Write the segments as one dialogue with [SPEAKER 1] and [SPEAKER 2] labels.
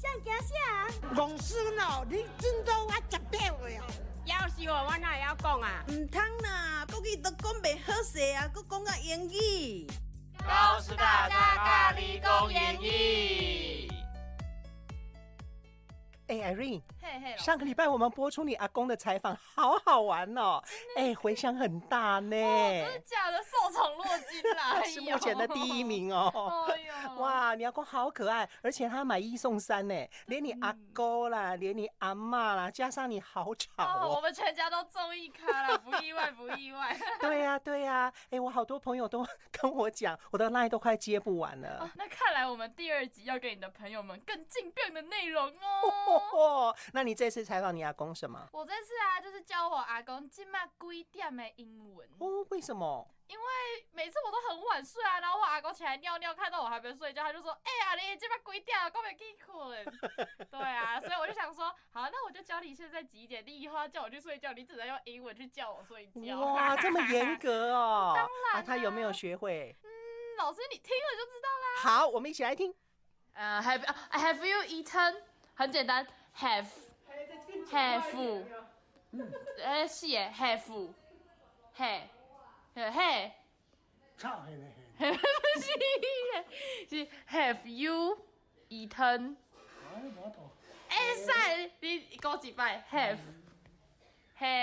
[SPEAKER 1] 想惊啥？
[SPEAKER 2] 戆孙哦，你真到我十八岁哦！
[SPEAKER 1] 要是我，我哪会晓讲啊？
[SPEAKER 2] 唔通啦，国语都讲袂好势啊，搁讲到英语。
[SPEAKER 1] 高师大大教你讲英
[SPEAKER 3] 语。
[SPEAKER 4] 哎，Irene，
[SPEAKER 1] 嘿嘿
[SPEAKER 4] 上个礼拜我们播出你阿公的采访，好好玩哦！哎，回响很大呢，
[SPEAKER 1] 假哦的，受宠若惊啦
[SPEAKER 4] 是目前的第一。名哦。
[SPEAKER 1] 哎呦，
[SPEAKER 4] 哇，你阿公好可爱，而且他买一送三呢，连你阿
[SPEAKER 1] 嗯
[SPEAKER 4] 公啦，连你阿嬷啦，加上你好吵
[SPEAKER 1] 哦，我
[SPEAKER 4] 哦。
[SPEAKER 1] 们全家都中一咖了，不意外，不 意外。
[SPEAKER 4] 对呀、对呀、哎、我好多朋友都 跟我讲，我的 line 都快接不完了。
[SPEAKER 1] 那看来我们第二集要给你的朋友们更劲变的内容
[SPEAKER 4] 哦
[SPEAKER 1] 哦。
[SPEAKER 4] 吼，那你这次采访你阿公什么？
[SPEAKER 1] 我这次啊，就是教我阿公今麦几点的英文，
[SPEAKER 4] 哦，为什么？
[SPEAKER 1] 因为每次我都很晚睡啊，然后我阿公起来尿尿，看到我还没睡觉，他就说：“哎、呀，你今麦几点了，我没去困。” 对啊，所以我就想说，好，那我就教你现在几点，你以后要叫我去睡觉，你只能用英文去叫我睡觉。
[SPEAKER 4] 哇，这么严格哦！
[SPEAKER 1] 当然
[SPEAKER 4] 啊，他有没有
[SPEAKER 1] 啦
[SPEAKER 4] 学会？
[SPEAKER 1] 嗯 老师你听了就知道啦。
[SPEAKER 4] 好，我们一起来听。
[SPEAKER 1] 呃、h a v e Have you eaten？很简单，Have Have，呃是耶，Have Hey 呃 Hey，差嘿 不是耶，是 Have you eaten？哎，塞，你讲几摆？Have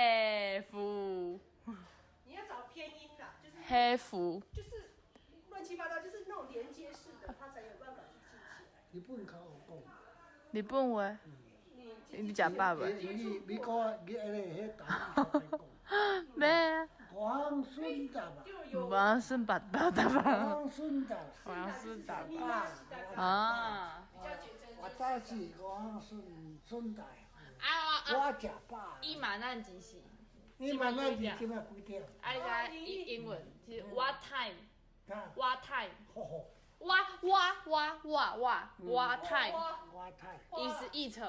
[SPEAKER 1] Have
[SPEAKER 5] 你要找偏音的，就是
[SPEAKER 1] Have。
[SPEAKER 5] 就是乱七八糟，就是那种连接式的，它才有办法去记起来。
[SPEAKER 6] 日本较有讲，
[SPEAKER 1] 你问我，你食 饱未？
[SPEAKER 6] 你美国啊，你安尼迄 台语讲，
[SPEAKER 1] 咩啊？
[SPEAKER 6] 王孙达 吧，
[SPEAKER 1] 王顺八八的吧？
[SPEAKER 6] 王孙达，
[SPEAKER 1] 王顺八
[SPEAKER 6] 啊，
[SPEAKER 1] 啊！
[SPEAKER 6] 我早是王孙孙达，
[SPEAKER 1] 啊啊！
[SPEAKER 6] 我食饱。
[SPEAKER 1] 伊嘛咱只是，
[SPEAKER 6] 你慢慢是即摆几点？
[SPEAKER 1] 啊你知英英文是 what time
[SPEAKER 6] 啊，
[SPEAKER 1] what time
[SPEAKER 6] 吼吼，
[SPEAKER 1] what what what what what what time
[SPEAKER 6] 我太，
[SPEAKER 1] is it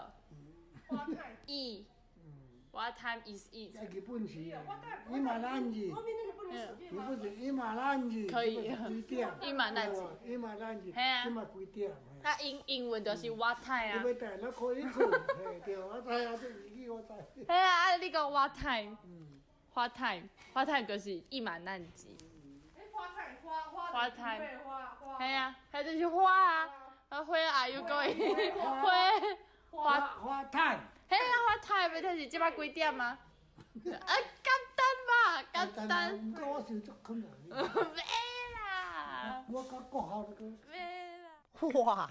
[SPEAKER 5] 花太，
[SPEAKER 1] e what time is it
[SPEAKER 6] 在日本是，你慢慢是，
[SPEAKER 5] 后面那个不能随便
[SPEAKER 6] 日
[SPEAKER 5] 吗？
[SPEAKER 6] 本是你慢慢是，几点？你慢慢是，即摆几点？
[SPEAKER 1] 那英英文就是 what
[SPEAKER 6] 你
[SPEAKER 1] time 啊
[SPEAKER 6] 要带那可以去，嘿，对，我知啊，这语我知。
[SPEAKER 1] 哎呀啊你讲 what time what time what time 就是一满难及
[SPEAKER 5] 哎，花太，花花
[SPEAKER 1] 花
[SPEAKER 5] 太，
[SPEAKER 1] 太
[SPEAKER 5] 对花花，
[SPEAKER 1] 哎呀还有就是花啊啊花 are you going 花花
[SPEAKER 6] 我太。
[SPEAKER 1] 嘿，啊我太袂，但是即摆几点啊？啊，简单吧，简单，
[SPEAKER 6] 唔我是足困难的。
[SPEAKER 1] 袂啦，
[SPEAKER 6] 我甲国校那个，
[SPEAKER 1] 袂啦。
[SPEAKER 4] 哇，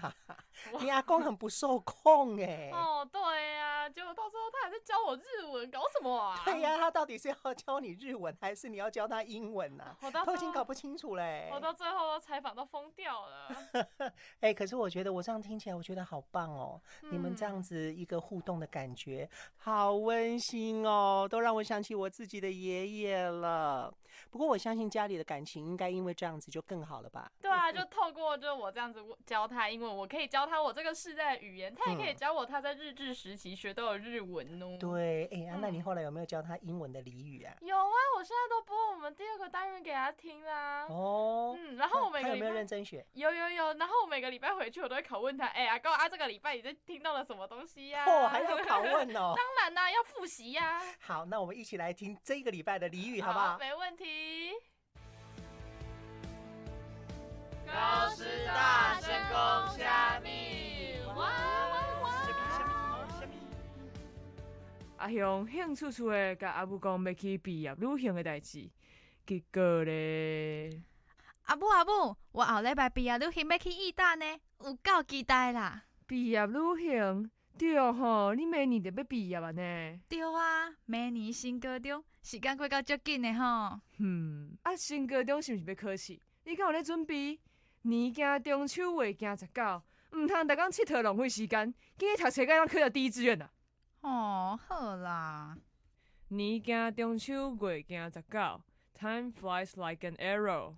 [SPEAKER 4] 你阿公很不受控哎。
[SPEAKER 1] 哦，对啊，结果到最后他还在教我日文，搞什么啊？
[SPEAKER 4] 对呀、他到底是要教你日文，还是你要教他英文呢、
[SPEAKER 1] 我到
[SPEAKER 4] 都已
[SPEAKER 1] 时
[SPEAKER 4] 经
[SPEAKER 1] 候
[SPEAKER 4] 搞不清楚嘞、
[SPEAKER 1] 我到最后都采访都疯掉了。
[SPEAKER 4] 哎、可是我觉得我这样听起来，我觉得好棒哦！
[SPEAKER 1] 嗯
[SPEAKER 4] 你们这样子一个互动的感觉，好温馨哦，都让我想起我自己的爷爷了。不过我相信家里的感情应该因为这样子就更好了吧？
[SPEAKER 1] 对啊，就透过就是我这样子教他英文，我可以教他我这个世代的语言，他也可以教我他在日治时期学到的日文哦。
[SPEAKER 4] 嗯对，哎、啊那你后来有没有教他英文的俚语啊？
[SPEAKER 1] 有啊，我现在都播我们第二个单元给他听啦。
[SPEAKER 4] 哦，
[SPEAKER 1] 嗯，然后我每
[SPEAKER 4] 他有
[SPEAKER 1] 个礼
[SPEAKER 4] 没有
[SPEAKER 1] 拜
[SPEAKER 4] 认真学？
[SPEAKER 1] 有有有，然后我每个礼拜回去，我都会拷问他，哎、阿高啊，这个礼拜你在听到了什么东西呀、
[SPEAKER 4] 哦，还要拷问哦。
[SPEAKER 1] 当然啦、要复习呀、
[SPEAKER 4] 好，那我们一起来听这个礼拜的俚语，好不好？
[SPEAKER 1] 没问题。
[SPEAKER 7] 高师大深宫虾米
[SPEAKER 1] 哇哇哇！
[SPEAKER 7] 阿雄兴趣趣的甲阿母讲要去毕业旅行的代志，
[SPEAKER 8] 结果咧，
[SPEAKER 9] 阿母阿母，我后礼拜毕业旅行要去意大呢，有够期待啦！
[SPEAKER 8] 毕业旅行，对哦吼，你明年就要毕业啊呢？
[SPEAKER 9] 对啊，明年升高中，时间过到足紧的吼。
[SPEAKER 8] 嗯，啊，升高中是毋是要考试？你敢有咧准备？年惊中秋，月惊十九，毋通逐工佚佗浪费时间，今日读册该当考到第一志愿啊！
[SPEAKER 9] 哦，好啦。
[SPEAKER 8] 年惊中秋，月惊十九，Time flies like an arrow。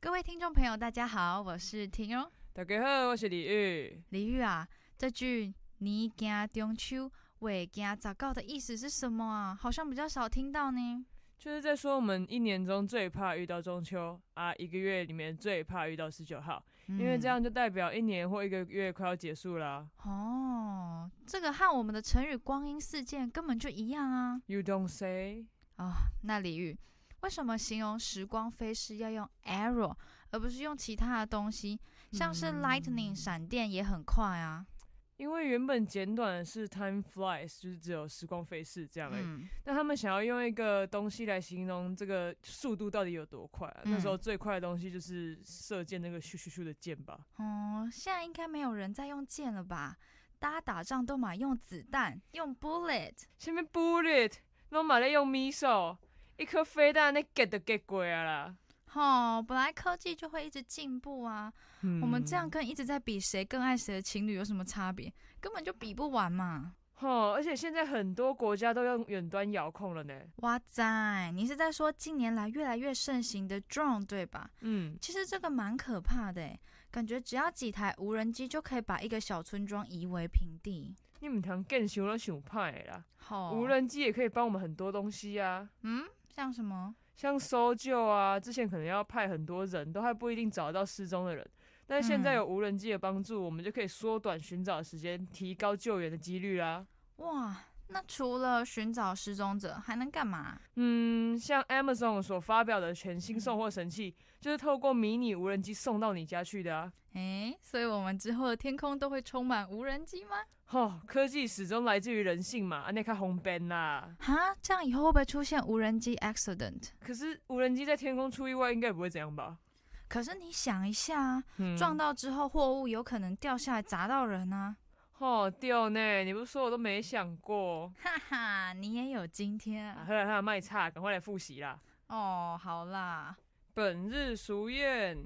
[SPEAKER 9] 各位听众朋友，大家好，我是婷蓉。
[SPEAKER 8] 大家好，我是李玉。
[SPEAKER 9] 李玉啊，这句“你惊中秋，未惊早告”的意思是什么啊？好像比较少听到呢。
[SPEAKER 8] 就是在说我们一年中最怕遇到中秋啊，一个月里面最怕遇到十九号，
[SPEAKER 9] 嗯
[SPEAKER 8] 因为这样就代表一年或一个月快要结束啦。
[SPEAKER 9] 哦，这个和我们的成语“光阴似箭”根本就一样啊。
[SPEAKER 8] You don't say。
[SPEAKER 9] 哦，那李玉，为什么形容时光飞逝要用 arrow，而不是用其他的东西，像是 lightning 闪电也很快啊？
[SPEAKER 8] 因为原本简短的是 time flies，就是只有时光飞逝这样而已。
[SPEAKER 9] 嗯
[SPEAKER 8] 那他们想要用一个东西来形容这个速度到底有多快、啊？
[SPEAKER 9] 嗯
[SPEAKER 8] 那时候最快的东西就是射箭那个咻咻咻的箭吧。
[SPEAKER 9] 哦，现在应该没有人在用箭了吧？大家打仗都嘛用子弹，用 bullet。
[SPEAKER 8] 下面 bullet，拢嘛咧用 missile，一颗飞弹咧 get 都 get 过啊啦。
[SPEAKER 9] 哦，本来科技就会一直进步啊，我们这样
[SPEAKER 8] 嗯
[SPEAKER 9] 跟一直在比谁更爱谁的情侣有什么差别？根本就比不完嘛！
[SPEAKER 8] 哦，而且现在很多国家都用远端遥控了呢。
[SPEAKER 9] 哇塞，你是在说近年来越来越盛行的 drone 对吧？
[SPEAKER 8] 嗯，
[SPEAKER 9] 其实这个蛮可怕的诶，欸感觉只要几台无人机就可以把一个小村庄夷为平地。
[SPEAKER 8] 你们堂更想了想派的啦。
[SPEAKER 9] 好，
[SPEAKER 8] 无人机也可以帮我们很多东西啊，
[SPEAKER 9] 嗯，像什么？
[SPEAKER 8] 像搜救啊，之前可能要派很多人都还不一定找得到失踪的人，但是现在
[SPEAKER 9] 嗯
[SPEAKER 8] 有无人机的帮助，我们就可以缩短寻找的时间，提高救援的几率啦。
[SPEAKER 9] 哇，那除了寻找失踪者，还能干嘛？
[SPEAKER 8] 嗯，像 Amazon 所发表的全新送货神器，就是透过迷你无人机送到你家去的啊。
[SPEAKER 9] 诶，所以我们之后的天空都会充满无人机吗？
[SPEAKER 8] 哦，科技始终来自于人性嘛，啊，那看红边啦。
[SPEAKER 9] 哈，这样以后会不会出现无人机 accident？
[SPEAKER 8] 可是无人机在天空出意外，应该也不会怎样吧？
[SPEAKER 9] 可是你想一下啊，
[SPEAKER 8] 嗯
[SPEAKER 9] 撞到之后货物有可能掉下来砸到人啊！
[SPEAKER 8] 哦，掉呢！你不是说我都没想过。
[SPEAKER 9] 哈哈，你也有今天
[SPEAKER 8] 啊，
[SPEAKER 9] 啊！
[SPEAKER 8] 喝了他的卖差，赶快来复习啦。
[SPEAKER 9] 哦，好啦，
[SPEAKER 8] 本日俗谚：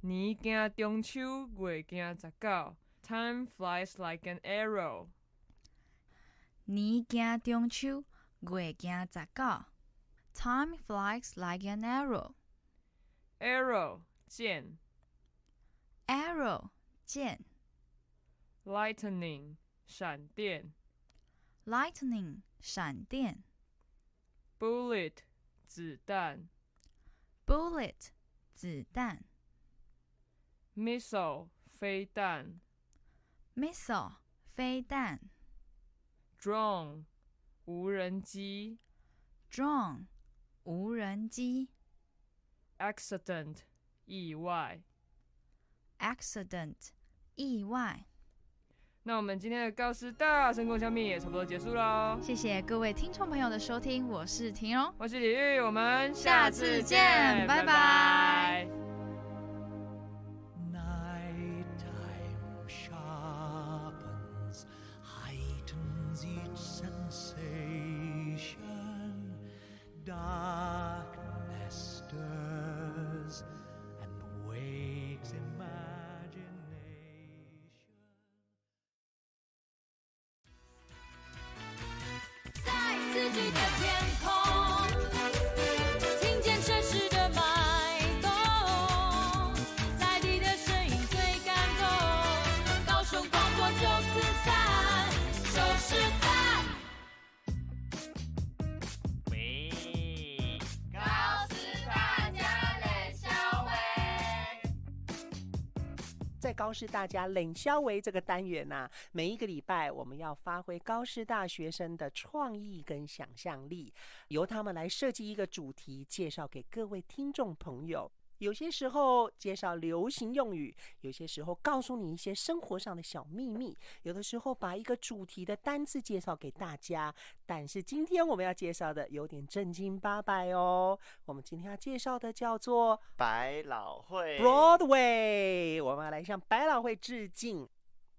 [SPEAKER 8] 年惊中秋，月惊十九。Time flies like an arrow。
[SPEAKER 9] 你惊中秋，月惊十九，Time flies like an arrow。
[SPEAKER 8] Arrow 箭
[SPEAKER 9] Arrow 箭
[SPEAKER 8] ，lightning 闪电
[SPEAKER 9] ，lightning 闪电
[SPEAKER 8] ，bullet 子弹
[SPEAKER 9] ，bullet 子弹
[SPEAKER 8] ，missile 飞弹
[SPEAKER 9] ，missile 飞弹
[SPEAKER 8] ，drone 无人机
[SPEAKER 9] ，drone 无人机
[SPEAKER 8] ，accident 意外。
[SPEAKER 9] ，accident 意外。
[SPEAKER 8] 那我们今天的高师大声共相密也差不多结束喽。
[SPEAKER 9] 谢谢各位听众朋友的收听，我是婷蓉。
[SPEAKER 8] 我是李玉，我们
[SPEAKER 9] 下次见拜拜
[SPEAKER 10] Nighttime sharpens, heightens each sensation. Darkness stirs and wakes imagination.
[SPEAKER 11] 在自己的天空，听见城市的脉动，在地的声音最感动。高雄广播九四三，就是赞。
[SPEAKER 7] 喂，高
[SPEAKER 11] 师大家冷笑
[SPEAKER 7] 伟。
[SPEAKER 4] 在高师大家冷消维这个单元呐、每一个礼拜我们要发挥高师大学生的创意跟想象力，由他们来设计一个主题，介绍给各位听众朋友。有些时候介绍流行用语，有些时候告诉你一些生活上的小秘密，有的时候把一个主题的单字介绍给大家。但是今天我们要介绍的有点正经八百哦，我们今天要介绍的叫做
[SPEAKER 12] 百老汇
[SPEAKER 4] Broadway，我们要来向百老汇致敬。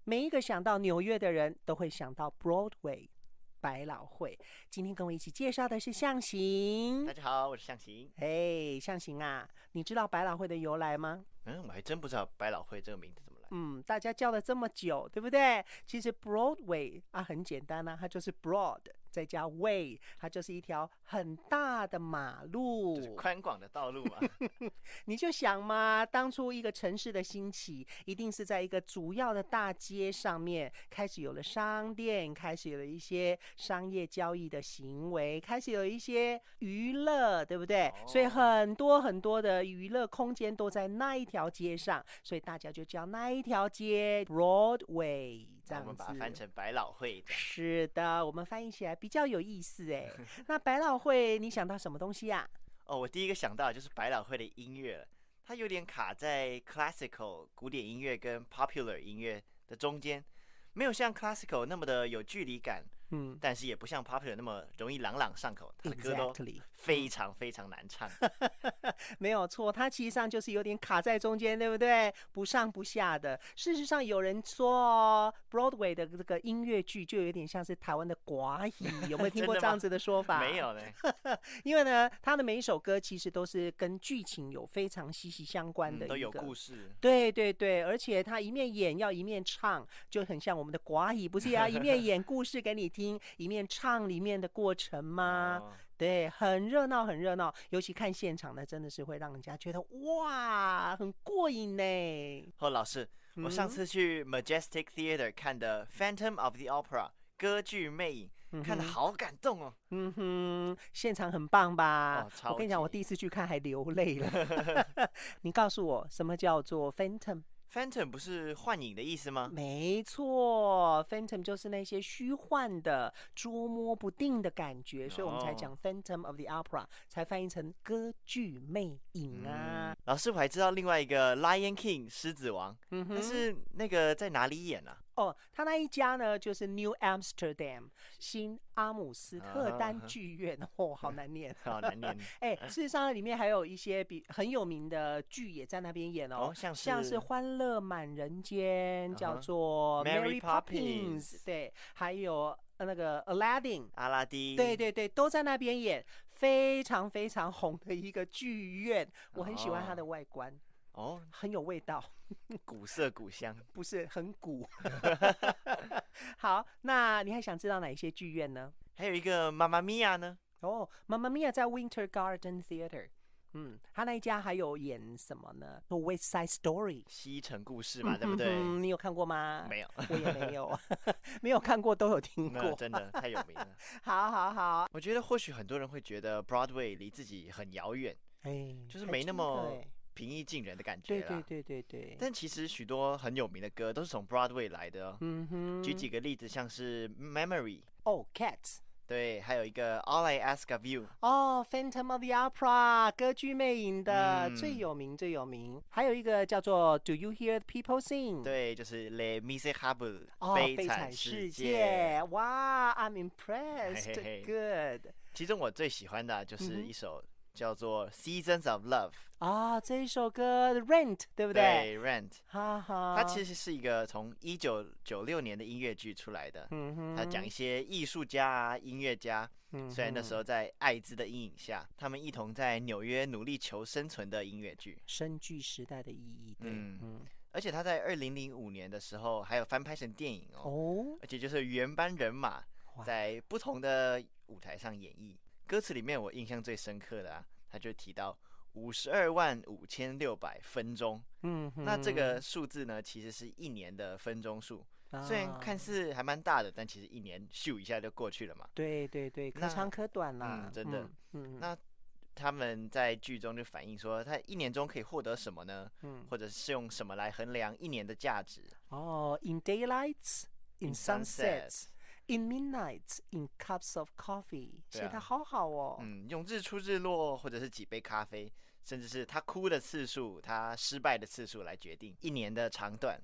[SPEAKER 4] 每一个想到纽约的人都会想到 Broadway，百老汇。今天跟我一起介绍的是象形。
[SPEAKER 12] 大家好，我是向晴。
[SPEAKER 4] 哎，象形啊，你知道百老汇的由来吗？
[SPEAKER 12] 嗯，我还真不知道百老汇这个名字怎么来。
[SPEAKER 4] 嗯，大家叫了这么久，对不对？其实 Broadway 啊，很简单呐、啊，它就是 broad 再加 way，它就是一条很大的马路，
[SPEAKER 12] 就是宽广的道路啊嘛。
[SPEAKER 4] 你就想嘛，当初一个城市的兴起，一定是在一个主要的大街上面开始有了商店，开始有了一些商业交易的行为，开始有一些娱乐，对不对？所以
[SPEAKER 12] 哦
[SPEAKER 4] 很多很多的娱乐空间都在那一条街上，所以大家就叫那一条街 Broadway。这样
[SPEAKER 12] 我们把它
[SPEAKER 4] 子
[SPEAKER 12] 翻成百老汇的。
[SPEAKER 4] 是的，我们翻译起来比较有意思 哎。那百老汇，你想到什么东西啊呀、
[SPEAKER 12] 哦，我第一个想到的就是百老汇的音乐了，它有点卡在 classical 古典音乐跟 popular 音乐的中间，没有像 classical 那么的有距离感，
[SPEAKER 4] 嗯，
[SPEAKER 12] 但是也不像 popular 那么容易朗朗上口，它的歌都
[SPEAKER 4] Exactly 嗯
[SPEAKER 12] 非常非常难唱。
[SPEAKER 4] 没有错，它其实上就是有点卡在中间，对不对？不上不下的。事实上，有人说哦，Broadway 的这个音乐剧就有点像是台湾的寡语，有没有听过
[SPEAKER 12] 真的吗
[SPEAKER 4] 这样子的说法？
[SPEAKER 12] 没有呢。
[SPEAKER 4] 因为呢，它的每一首歌其实都是跟剧情有非常息息相关的、
[SPEAKER 12] 嗯都有故。事。
[SPEAKER 4] 对对对，而且他一面演要一面唱，就很像我们的寡语，不是要一面演故事给你听，一面唱里面的过程
[SPEAKER 12] 哦
[SPEAKER 4] 吗？对，很热闹，很热闹，尤其看现场的，真的是会让人家觉得哇，很过瘾呢。嗯
[SPEAKER 12] 哦，老师，我上次去 Majestic Theater 看的《Phantom of the Opera》歌剧《魅影》，看的
[SPEAKER 4] 嗯哼
[SPEAKER 12] 好感动哦。
[SPEAKER 4] 嗯哼，现场很棒吧？
[SPEAKER 12] 超
[SPEAKER 4] 我跟你讲，我第一次去看还流泪了。 你告诉我，什么叫做 phantom？
[SPEAKER 12] Phantom 不是幻影的意思吗？
[SPEAKER 4] 没错，phantom 就是那些虚幻的、捉摸不定的感觉，所以我们才
[SPEAKER 12] 哦
[SPEAKER 4] 讲 phantom of the opera，才翻译成歌剧魅影啊。
[SPEAKER 12] 嗯老师，我还知道另外一个《Lion King》狮子王，
[SPEAKER 4] 嗯哼
[SPEAKER 12] 但是那个在哪里演啊？
[SPEAKER 4] 哦，他那一家呢，就是 New Amsterdam 新阿姆斯特丹剧院。 哦， 好难念，
[SPEAKER 12] 啊好难念
[SPEAKER 4] 哎，事实上，里面还有一些比很有名的剧也在那边演哦，
[SPEAKER 12] 哦像
[SPEAKER 4] 是
[SPEAKER 12] 是
[SPEAKER 4] 《欢乐满人间》，叫
[SPEAKER 12] 嗯哼
[SPEAKER 4] 做 Poppins，
[SPEAKER 12] Mary Poppins
[SPEAKER 4] 对，还有呃那个 Aladdin，
[SPEAKER 12] 阿拉丁。
[SPEAKER 4] 对对对，都在那边演，非常非常红的一个剧院，我很喜欢它的外观，
[SPEAKER 12] 哦，
[SPEAKER 4] 很有味道。
[SPEAKER 12] 古色古香。
[SPEAKER 4] 不是很古。 好，那你还想知道哪一些剧院呢？
[SPEAKER 12] 还有一个妈妈咪呀呢？
[SPEAKER 4] 哦，妈妈咪呀在 Winter Garden Theater。嗯，他那一家还有演什么呢？《West Side Story》
[SPEAKER 12] 西城故事嘛，
[SPEAKER 4] 嗯
[SPEAKER 12] 对不对？
[SPEAKER 4] 嗯嗯你有看过吗？
[SPEAKER 12] 没有
[SPEAKER 4] 我也没有， 没有看过都有听
[SPEAKER 12] 没有
[SPEAKER 4] 过，
[SPEAKER 12] 真的太有名了。
[SPEAKER 4] 好好好，
[SPEAKER 12] 我觉得或许很多人会觉得 Broadway 离自己很遥远，
[SPEAKER 4] 哎，
[SPEAKER 12] 就是
[SPEAKER 4] 还
[SPEAKER 12] 没
[SPEAKER 4] 真
[SPEAKER 12] 那
[SPEAKER 4] 的
[SPEAKER 12] 么
[SPEAKER 4] 哎
[SPEAKER 12] 平易近人的感觉
[SPEAKER 4] 对
[SPEAKER 12] 啦。
[SPEAKER 4] 对对对对。
[SPEAKER 12] 但其实许多很有名的歌都是从 Broadway 来的、哦。
[SPEAKER 4] 嗯哼
[SPEAKER 12] 举几个例子，像是 Memory，
[SPEAKER 4] 哦，Cats，
[SPEAKER 12] 对，还有一个 All I Ask of You，
[SPEAKER 4] 哦，《Phantom of the Opera》歌剧魅影的、
[SPEAKER 12] 嗯
[SPEAKER 4] 最有名最有名，还有一个叫做《Do You Hear the
[SPEAKER 2] 嗯
[SPEAKER 4] People Sing》。
[SPEAKER 12] 对，就是 Les Misérables，、
[SPEAKER 4] 哦，悲
[SPEAKER 12] 惨
[SPEAKER 4] 惨
[SPEAKER 12] 世
[SPEAKER 4] 世。界，哇，I'm impressed，
[SPEAKER 12] 嘿嘿嘿
[SPEAKER 4] good。
[SPEAKER 12] 其中我最喜欢的就
[SPEAKER 4] 嗯
[SPEAKER 12] 是
[SPEAKER 4] 哼
[SPEAKER 12] 一首叫做 Seasons of Love，
[SPEAKER 4] 啊，这一首歌《Rent》对不对？
[SPEAKER 12] r e n t
[SPEAKER 4] 哈
[SPEAKER 2] 哦
[SPEAKER 4] 哈，
[SPEAKER 12] 它其实是一个从一九九六年的音乐剧出来的，
[SPEAKER 4] 嗯哼
[SPEAKER 12] 它讲一些艺术家啊、音乐家，
[SPEAKER 4] 嗯
[SPEAKER 12] 虽然那时候
[SPEAKER 4] 哼
[SPEAKER 12] 在艾滋的阴影下，他们一同在纽约努力求生存的音乐剧。
[SPEAKER 4] 深具时代的意义，对，
[SPEAKER 12] 嗯
[SPEAKER 4] 嗯，
[SPEAKER 12] 而且它在二零零五年的时候还有翻拍成电影哦，
[SPEAKER 4] 哦，
[SPEAKER 12] 而且就是原班人马在不同的舞台上演绎。歌词里面我印象最深刻的啊，他就提到五十二万五千六百分钟，
[SPEAKER 4] 嗯哼，
[SPEAKER 12] 那这个数字呢，其实是一年的分钟数，虽然看
[SPEAKER 4] 啊
[SPEAKER 12] 似还蛮大的，但其实一年咻一下就过去了嘛。
[SPEAKER 4] 对对对，可
[SPEAKER 12] 那
[SPEAKER 4] 长可短啦，
[SPEAKER 12] 嗯，真的。
[SPEAKER 4] 嗯，嗯，
[SPEAKER 12] 那他们在剧中就反映说，他一年中可以获得什么呢？
[SPEAKER 4] 嗯
[SPEAKER 12] 或者是用什么来衡量一年的价值？
[SPEAKER 4] 哦，In daylights, in
[SPEAKER 12] sunsets
[SPEAKER 4] sunsets。 In midnight, in cups of coffee，
[SPEAKER 12] 对啊
[SPEAKER 4] 写的好好哦。
[SPEAKER 12] 嗯，用日出日落，或者是几杯咖啡，甚至是他哭的次数、他失败的次数来决定一年的长短。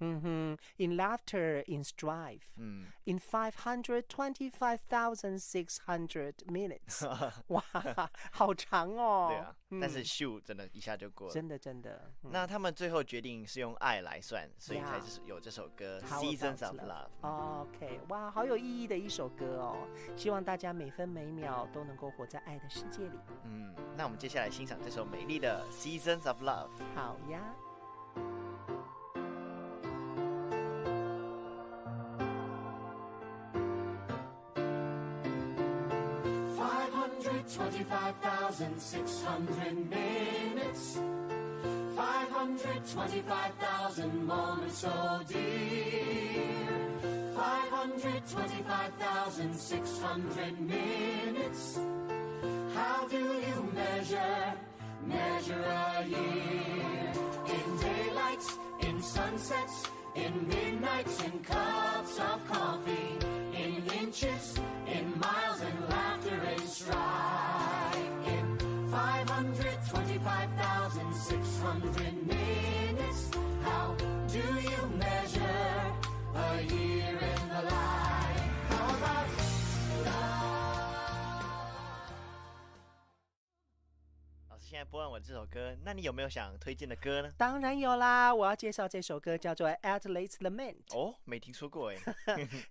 [SPEAKER 4] 嗯哼，In laughter, in strife,
[SPEAKER 12] 嗯
[SPEAKER 4] in five hundred twenty-five thousand six hundred minutes，哇，好长哦。
[SPEAKER 12] 对啊，但是
[SPEAKER 4] 嗯
[SPEAKER 12] 咻，真的一下就过了。
[SPEAKER 4] 真的真的，嗯
[SPEAKER 12] 那他们最后决定是用爱来算，所以才
[SPEAKER 4] Yeah
[SPEAKER 12] 是有这首歌《
[SPEAKER 4] How about
[SPEAKER 12] Seasons of
[SPEAKER 4] love？
[SPEAKER 12] Love》。
[SPEAKER 4] OK，哇，好有意义的一首歌哦！希望大家每分每秒都能够活在爱的世界里。
[SPEAKER 12] 嗯，那我们接下来欣赏这首美丽的《Seasons of Love》。
[SPEAKER 4] 好呀。
[SPEAKER 10] 525,600 minutes. 525,000 moments so dear. 525,600 minutes. How do you measure, measure a year? In daylights, in sunsets, in midnights, in cups of coffee, in inches, in miles, in laughter and strife. In 525,600 minutes, how do you measure a year in the life? How about love?
[SPEAKER 12] 老师现在播完我这首歌，那你有没有想推荐的歌呢？
[SPEAKER 4] 当然有啦，我要介绍这首歌叫做《Adelaide's Lament》。
[SPEAKER 12] 哦，没听 说过哎。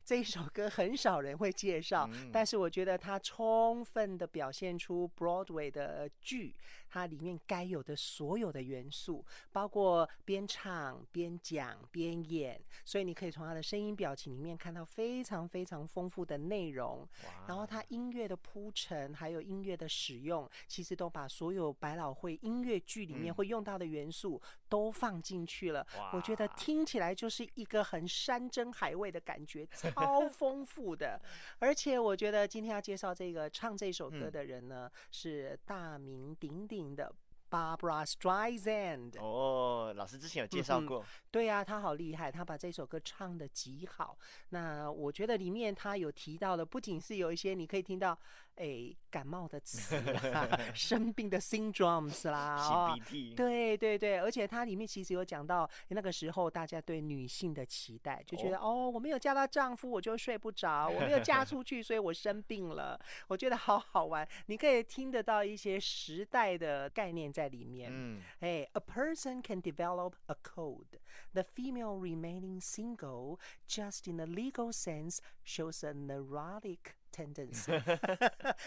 [SPEAKER 4] 这一首歌很少人会介绍，但是我觉得它充分的表现出 Broadway 的剧它里面该有的所有的元素，包括边唱边讲边演，所以你可以从他的声音表情里面看到非常非常丰富的内容。然后它音乐的铺陈，还有音乐的使用，其实都把所有百老汇音乐剧里面
[SPEAKER 12] 嗯
[SPEAKER 4] 会用到的元素都放进去了。我觉得听起来就是一个很山珍海味的感觉，超丰富 的。而且我觉得今天要介绍这个唱这首歌
[SPEAKER 12] 嗯
[SPEAKER 4] 的人呢，是大名鼎鼎的 Barbara Streisand。
[SPEAKER 12] 哦，老师之前有介绍
[SPEAKER 4] 嗯哼
[SPEAKER 12] 过。，
[SPEAKER 4] 对呀、他好厉害，他把这首歌唱得极好。那我觉得里面他有提到的，不仅是有一些你可以听到，哎，感冒的词啦 生病的 syndromes 啦，
[SPEAKER 12] 擤
[SPEAKER 4] 哦
[SPEAKER 12] 鼻涕
[SPEAKER 4] 对对对，而且它里面其实有讲到那个时候大家对女性的期待，就觉得哦我没有嫁到丈夫我就睡不着，我没有嫁出去，所以我生病了。我觉得好好玩，你可以听得到一些时代的概念在里面。
[SPEAKER 12] 嗯，
[SPEAKER 4] 哎，A person can develop a code. The female remaining single, just in a legal sense, shows a neurotic tendency.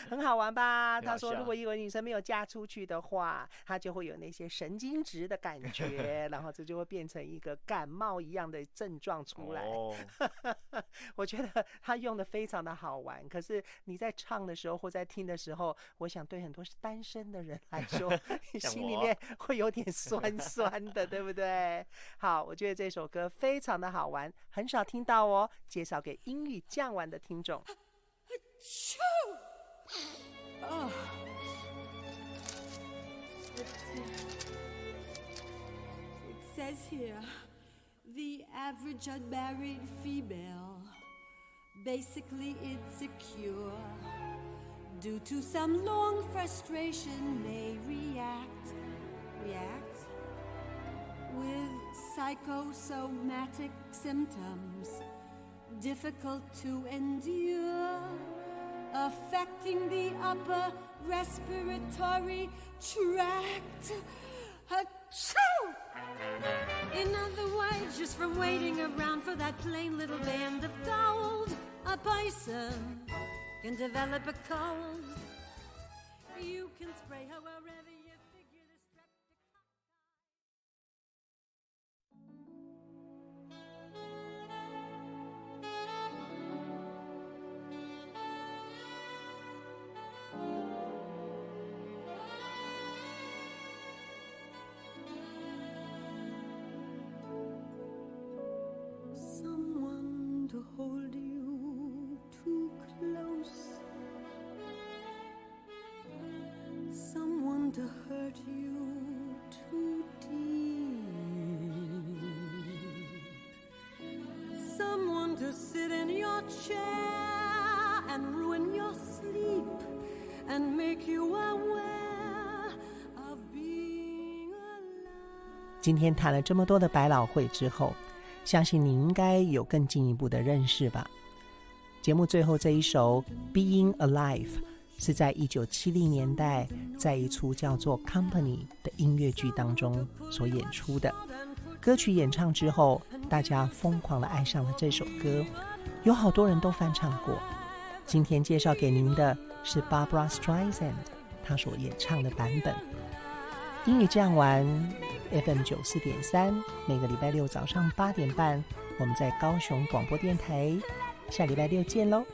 [SPEAKER 4] 很好玩吧？
[SPEAKER 12] 很好
[SPEAKER 4] 他说，
[SPEAKER 12] 笑
[SPEAKER 4] 如果一个女生没有嫁出去的话，她就会有那些神经质的感 觉，然后这就会变成一个感冒一样的症状出来。
[SPEAKER 12] 哦，
[SPEAKER 4] 我觉得他用的非常的好玩，可是你在唱的时候或在听的时候，我想对很多单身的人来说，
[SPEAKER 12] 像
[SPEAKER 4] 心里
[SPEAKER 12] 我
[SPEAKER 4] 面会有点 酸酸的，对不对？好，我觉得这首歌非常的好玩，很少听到哦，介绍给英语酱玩的听众。
[SPEAKER 11] 咻！啊！
[SPEAKER 13] It says here the average unmarried female basically insecure due to some long frustration may react react with psychosomatic symptoms difficult to endure affecting the upper respiratory tract Achoo! In other words, just from waiting around for that plain little band of gold, a bison can develop a cold. You can spray however you figure to strap the someone to hold you too close, someone to hurt you too deep, someone to sit in your chair.
[SPEAKER 4] 今天谈了这么多的百老汇之后，相信你应该有更进一步的认识吧。节目最后这一首《Being Alive》是在一九七零年代在一出叫做《Company》的音乐剧当中所演出的。歌曲演唱之后，大家疯狂的爱上了这首歌，有好多人都翻唱过。今天介绍给您的是 Barbara Streisand 她所演唱的版本。英语这样玩，FM 九四点三，每个礼拜六早上八点半，我们在高雄广播电台，下礼拜六见喽。